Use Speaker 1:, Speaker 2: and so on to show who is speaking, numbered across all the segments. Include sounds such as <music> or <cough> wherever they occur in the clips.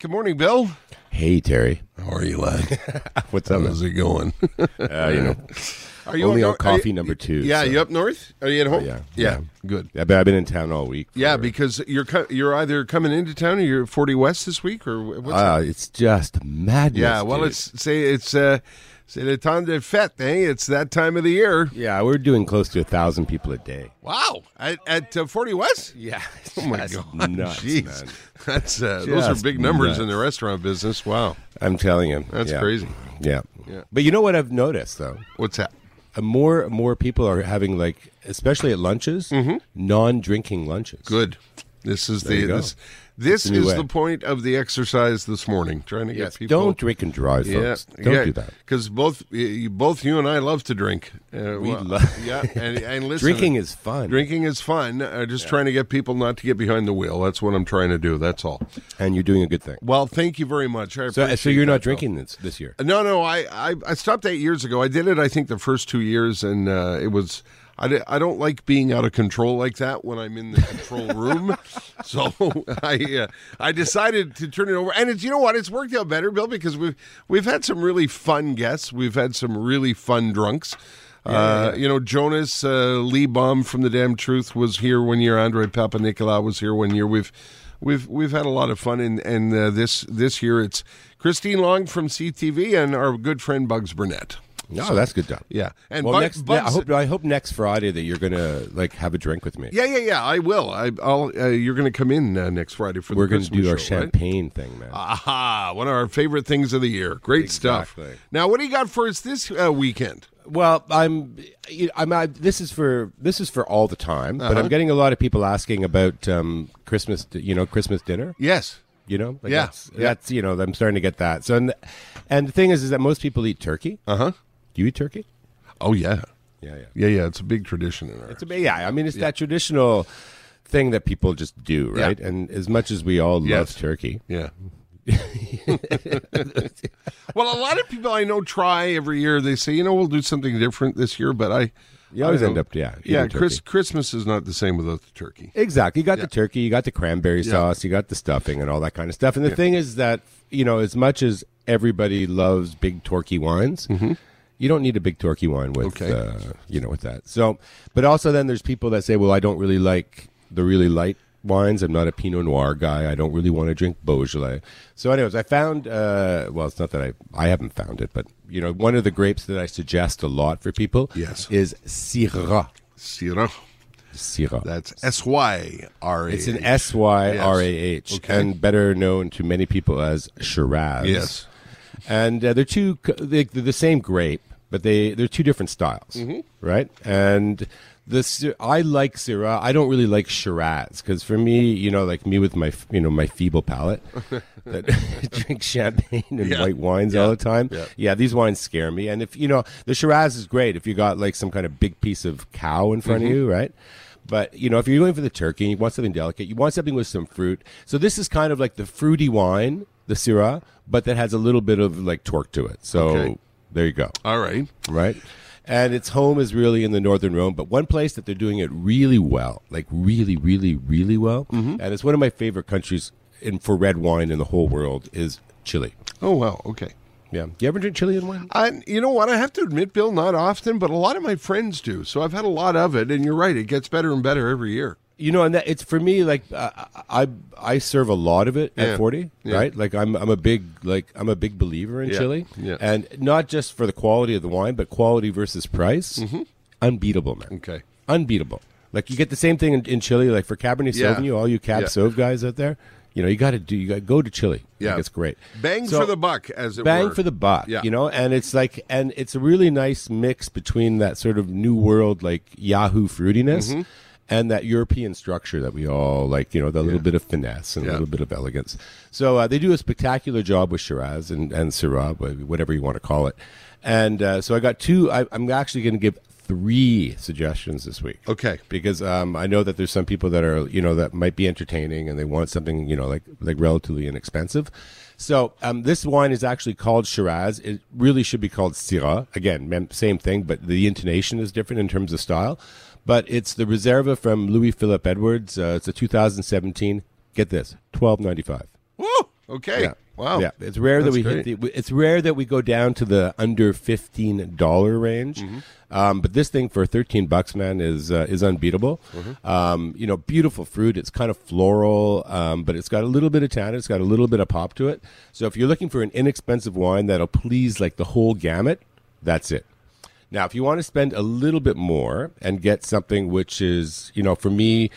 Speaker 1: Good morning, Bill.
Speaker 2: Hey, Terry.
Speaker 1: How are you, lad?
Speaker 2: <laughs> What's up?
Speaker 1: How's it going?
Speaker 2: Uh, you know,
Speaker 1: Are
Speaker 2: Only
Speaker 1: up
Speaker 2: on
Speaker 1: nor-
Speaker 2: coffee
Speaker 1: are you-
Speaker 2: number two,
Speaker 1: Yeah,
Speaker 2: so-
Speaker 1: you up north? Are you at home?
Speaker 2: yeah,
Speaker 1: yeah,
Speaker 2: yeah.
Speaker 1: good.
Speaker 2: I've been- I've been in town all week.
Speaker 1: Yeah,
Speaker 2: for-
Speaker 1: because you're co- you're either coming into town or you're at Forty West this week, or wh- what's
Speaker 2: uh, it's just madness.
Speaker 1: yeah. Well,
Speaker 2: dude.
Speaker 1: it's say it's uh, c'est le temps de fête, eh? It's that time of the year.
Speaker 2: yeah, we're doing close to a thousand people a day.
Speaker 1: Wow, at, at uh, Forty West.
Speaker 2: Yeah, <laughs> it's
Speaker 1: Oh my
Speaker 2: just
Speaker 1: God!
Speaker 2: nuts,
Speaker 1: Jeez,
Speaker 2: man.
Speaker 1: that's uh, those are
Speaker 2: Just
Speaker 1: big numbers in
Speaker 2: nuts.
Speaker 1: the restaurant business. Wow,
Speaker 2: I'm telling you,
Speaker 1: that's
Speaker 2: yeah.
Speaker 1: crazy.
Speaker 2: Yeah.
Speaker 1: Yeah.
Speaker 2: but you know what I've noticed though,
Speaker 1: What's that?
Speaker 2: Uh, more more people are having like, especially at lunches, non-drinking lunches.
Speaker 1: Mm-hmm. Good. This is
Speaker 2: you
Speaker 1: the
Speaker 2: go.
Speaker 1: this this
Speaker 2: a new
Speaker 1: is
Speaker 2: way.
Speaker 1: the point of the exercise this morning. Trying to
Speaker 2: Yes,
Speaker 1: get people.
Speaker 2: don't drink and drive, folks. don't do that.
Speaker 1: Because both you, both you and I love to drink. Uh, we
Speaker 2: love- <laughs>
Speaker 1: yeah, and, and listen,
Speaker 2: Drinking is fun,
Speaker 1: drinking is fun. Uh, just trying to get people not to get behind the wheel. That's what I'm trying to do. That's all.
Speaker 2: and you're doing a good thing.
Speaker 1: Well, thank you very much. I
Speaker 2: So, so
Speaker 1: appreciate
Speaker 2: you're
Speaker 1: that,
Speaker 2: not
Speaker 1: though. Uh,
Speaker 2: drinking this this year.
Speaker 1: No, no, I, I, I stopped eight years ago. I did it, I think, the first two years, and uh, it was. I, di- I don't like being out of control like that when I'm in the control room, so <laughs> I uh, I decided to turn it over. And it's you know what, it's worked out better, Bill, because we've we've had some really fun guests, we've had some really fun drunks. Uh, you know, Jonas uh, Lee Baum from the Damn Truth was here one year. Andre Papa Nicolau was here one year. We've we've we've had a lot of fun, and and uh, this this year it's Christine Long from CTV and our good friend Bugs Burnett.
Speaker 2: No, Oh, that's good job.
Speaker 1: Yeah, and
Speaker 2: well,
Speaker 1: Bug-
Speaker 2: next,
Speaker 1: Bugs.
Speaker 2: I hope I hope next Friday that you're gonna like have a drink with me.
Speaker 1: yeah, yeah, yeah. I will. I, I'll. Uh, you're going to come in uh, next Friday for
Speaker 2: we're
Speaker 1: the
Speaker 2: gonna
Speaker 1: Christmas
Speaker 2: do our
Speaker 1: show, right?
Speaker 2: champagne thing, man.
Speaker 1: Aha! One of our favorite things of the year. Great
Speaker 2: Exactly.
Speaker 1: stuff. Now, what do you got for us this uh, weekend?
Speaker 2: well, I'm, you- I'm. I, this is for this is for all the time, but I'm getting a lot of people asking about um, Christmas. d- You know, Christmas dinner.
Speaker 1: Yes.
Speaker 2: You know, like
Speaker 1: Yeah.
Speaker 2: that's,
Speaker 1: Yeah.
Speaker 2: that's you know, I'm starting to get that. So, and, and the thing is, is that most people eat turkey.
Speaker 1: Uh huh.
Speaker 2: Do you eat turkey?
Speaker 1: Oh yeah.
Speaker 2: Yeah, yeah.
Speaker 1: Yeah, yeah. It's a big tradition in our.
Speaker 2: It's ama- yeah, I mean, it's that traditional thing that people just do,
Speaker 1: Yeah.
Speaker 2: right? And as much as we all
Speaker 1: Yes.
Speaker 2: love turkey,
Speaker 1: Yeah. <laughs> well, a lot of people I know try every year. They say, you know, we'll do something different this year, but I.
Speaker 2: You always
Speaker 1: I don't-
Speaker 2: end up, yeah, eating
Speaker 1: Yeah, Chris,
Speaker 2: turkey.
Speaker 1: Christmas is not the same without the turkey.
Speaker 2: Exactly. You got the turkey, you got the cranberry sauce, you got the stuffing and all that kind of stuff. And the thing is that, you know, as much as everybody loves big turkey wines, you don't need a big turkey wine with,
Speaker 1: Mm-hmm. Okay.
Speaker 2: uh, you know, with that. So, but also then there's people that say, well, I don't really like the really light wines. I'm not a Pinot Noir guy. I don't really want to drink Beaujolais. So anyways, I found, uh, well, it's not that I, I haven't found it, but, you know, one of the grapes that I suggest a lot for people
Speaker 1: Yes.
Speaker 2: is Syrah.
Speaker 1: Syrah.
Speaker 2: Syrah.
Speaker 1: That's S Y R A.
Speaker 2: It's an S Y R A H,
Speaker 1: Okay.
Speaker 2: and better known to many people as Shiraz.
Speaker 1: Yes.
Speaker 2: and uh, they're two c- they, they're the same grape, but they they're two different styles,
Speaker 1: Mm-hmm.
Speaker 2: right? And this I like Syrah. I don't really like Shiraz because for me, you know, like me with my f- you know my feeble palate that <laughs> drinks champagne and
Speaker 1: Yeah.
Speaker 2: white wines all the time. Yeah. these wines scare me. And if you know the Shiraz is great if you got like some kind of big piece of cow in
Speaker 1: Mm-hmm.
Speaker 2: front of you, right? But you know, if you're going for the turkey, you want something delicate. You want something with some fruit. So this is kind of like the fruity wine, the Syrah, but that has a little bit of like torque to it. So
Speaker 1: Okay.
Speaker 2: there you go,
Speaker 1: All right.
Speaker 2: right? And its home is really in the northern Rome, but one place that they're doing it really well, like really, really, really well,
Speaker 1: Mm-hmm.
Speaker 2: and it's one of my favorite countries in for red wine in the whole world is Chile.
Speaker 1: Oh, wow. Okay.
Speaker 2: Yeah, do you ever drink Chilean wine?
Speaker 1: I, you know what? I have to admit, Bill, not often, but a lot of my friends do. So I've had a lot of it, and you're right. It gets better and better every year.
Speaker 2: you know, and that it's for me like uh, I I serve a lot of it
Speaker 1: Yeah.
Speaker 2: at forty,
Speaker 1: Yeah.
Speaker 2: right? Like I'm I'm a big like I'm a big believer in
Speaker 1: Yeah.
Speaker 2: chili,
Speaker 1: Yeah.
Speaker 2: and not just for the quality of the wine, but quality versus price, unbeatable, man,
Speaker 1: Mm-hmm. Okay.
Speaker 2: unbeatable. Like you get the same thing in, in Chile, like for Cabernet
Speaker 1: Yeah.
Speaker 2: Sauvignon, all you Cab
Speaker 1: Yeah.
Speaker 2: Sauv guys out there, you know, you got to do, you got to go to Chile.
Speaker 1: Yeah.
Speaker 2: like, it's great.
Speaker 1: Bang
Speaker 2: So-
Speaker 1: for the buck, as it
Speaker 2: bang
Speaker 1: were.
Speaker 2: for the buck
Speaker 1: Yeah.
Speaker 2: you know and it's like and it's a really nice mix between that sort of new world like yahoo fruitiness
Speaker 1: Mm-hmm.
Speaker 2: and that european structure that we all like you know the little bit of finesse and
Speaker 1: Yeah.
Speaker 2: a little bit of elegance so uh, they do a spectacular job with shiraz and, and syrah wh- whatever you want to call it and uh, so i got two I, i'm actually going to give three suggestions this week
Speaker 1: Okay.
Speaker 2: because um, I know that there's some people that are you know that might be entertaining and they want something you know like like relatively inexpensive. So um, this wine is actually called Shiraz. It really should be called Syrah. Again, mem- same thing, but the intonation is different in terms of style. But it's the Reserva from Louis Philip Edwards. Uh, it's a 2017. Get this, 12.95.
Speaker 1: Woo! Okay.
Speaker 2: Yeah.
Speaker 1: Wow.
Speaker 2: Yeah, it's rare that
Speaker 1: That's
Speaker 2: we
Speaker 1: great.
Speaker 2: hit the, we- it's rare that we go down to the under fifteen dollar range,
Speaker 1: Mm-hmm.
Speaker 2: um, but this thing for thirteen bucks, man, is uh, is unbeatable.
Speaker 1: Mm-hmm.
Speaker 2: Um, you know, beautiful fruit. It's kind of floral, um, but it's got a little bit of tannin. It's got a little bit of pop to it. So if you're looking for an inexpensive wine that'll please like the whole gamut, that's it. Now, if you want to spend a little bit more and get something which is, you know, for me,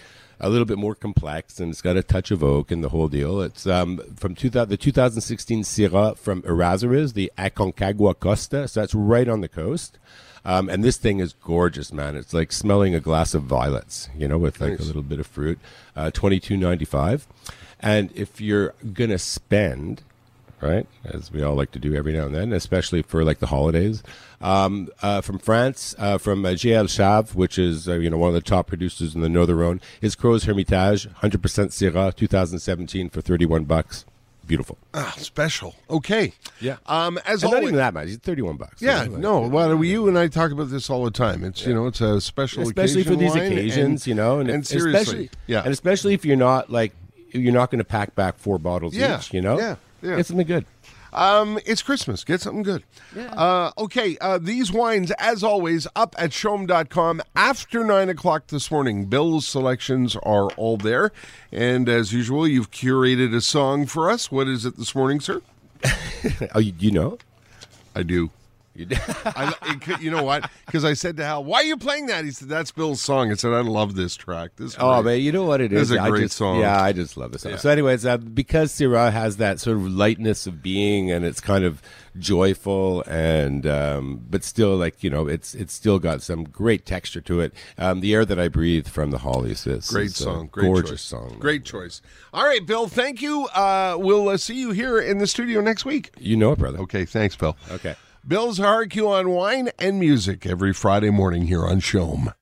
Speaker 2: a little bit more complex and it's got a touch of oak and the whole deal. It's um, from 2000, the 2016 Syrah from Erasuriz, the Aconcagua Costa. So that's right on the coast. Um, and this thing is gorgeous, man. It's like smelling a glass of violets, you know, with like a little bit of fruit. Uh, Twenty two ninety five, and if you're gonna spend right? As we all like to do every now and then, especially for like the holidays. Um, uh, from France, uh, from uh, GL Chave, which is uh, you know one of the top producers in the Northern Rhone, his Crow's Hermitage, 100% Syrah, 2017 for 31 bucks. Beautiful.
Speaker 1: Ah, special. Okay.
Speaker 2: Yeah.
Speaker 1: Um, as
Speaker 2: And not
Speaker 1: always.
Speaker 2: even that much. It's 31 bucks.
Speaker 1: yeah.
Speaker 2: You know, like-
Speaker 1: No. Well, you and I talk about this all the time. It's you know, it's a special,
Speaker 2: especially for
Speaker 1: occasion
Speaker 2: these
Speaker 1: wine and-
Speaker 2: occasions, you know, and,
Speaker 1: and,
Speaker 2: if-
Speaker 1: seriously,
Speaker 2: especially,
Speaker 1: yeah,
Speaker 2: and especially if you're not like you're not going to pack back four bottles
Speaker 1: Yeah,
Speaker 2: each, you know,
Speaker 1: yeah, yeah.
Speaker 2: get something good. <laughs>
Speaker 1: Um, it's Christmas. Get something good. Uh, okay. Uh, these wines, as always, up at shom.com after nine o'clock this morning. Bill's selections are all there. And as usual, you've curated a song for us. What is it this morning, sir?
Speaker 2: Oh, you, you know,
Speaker 1: I do.
Speaker 2: you, <laughs>
Speaker 1: I, it could, you know what? Because I said to Hal, why are you playing that? He said, that's Bill's song. I said, I love this track. This
Speaker 2: Oh
Speaker 1: great.
Speaker 2: man, you know what it
Speaker 1: This
Speaker 2: is.
Speaker 1: is a
Speaker 2: I
Speaker 1: great
Speaker 2: just,
Speaker 1: song.
Speaker 2: Yeah, I just love this song. So, anyways, uh, because Syrah has that sort of lightness of being, and it's kind of joyful, and um, but still, like you know, it's it's still got some great texture to it. Um, the air that I breathe from the Hollies is
Speaker 1: Great
Speaker 2: is a
Speaker 1: song. Great
Speaker 2: gorgeous
Speaker 1: choice.
Speaker 2: song.
Speaker 1: Great choice. All right, Bill, thank you. Uh, we'll uh, see you here in the studio next week.
Speaker 2: You know it, brother.
Speaker 1: Okay, thanks, Bill.
Speaker 2: okay.
Speaker 1: Bill's RQ on wine and music every Friday morning here on Shome.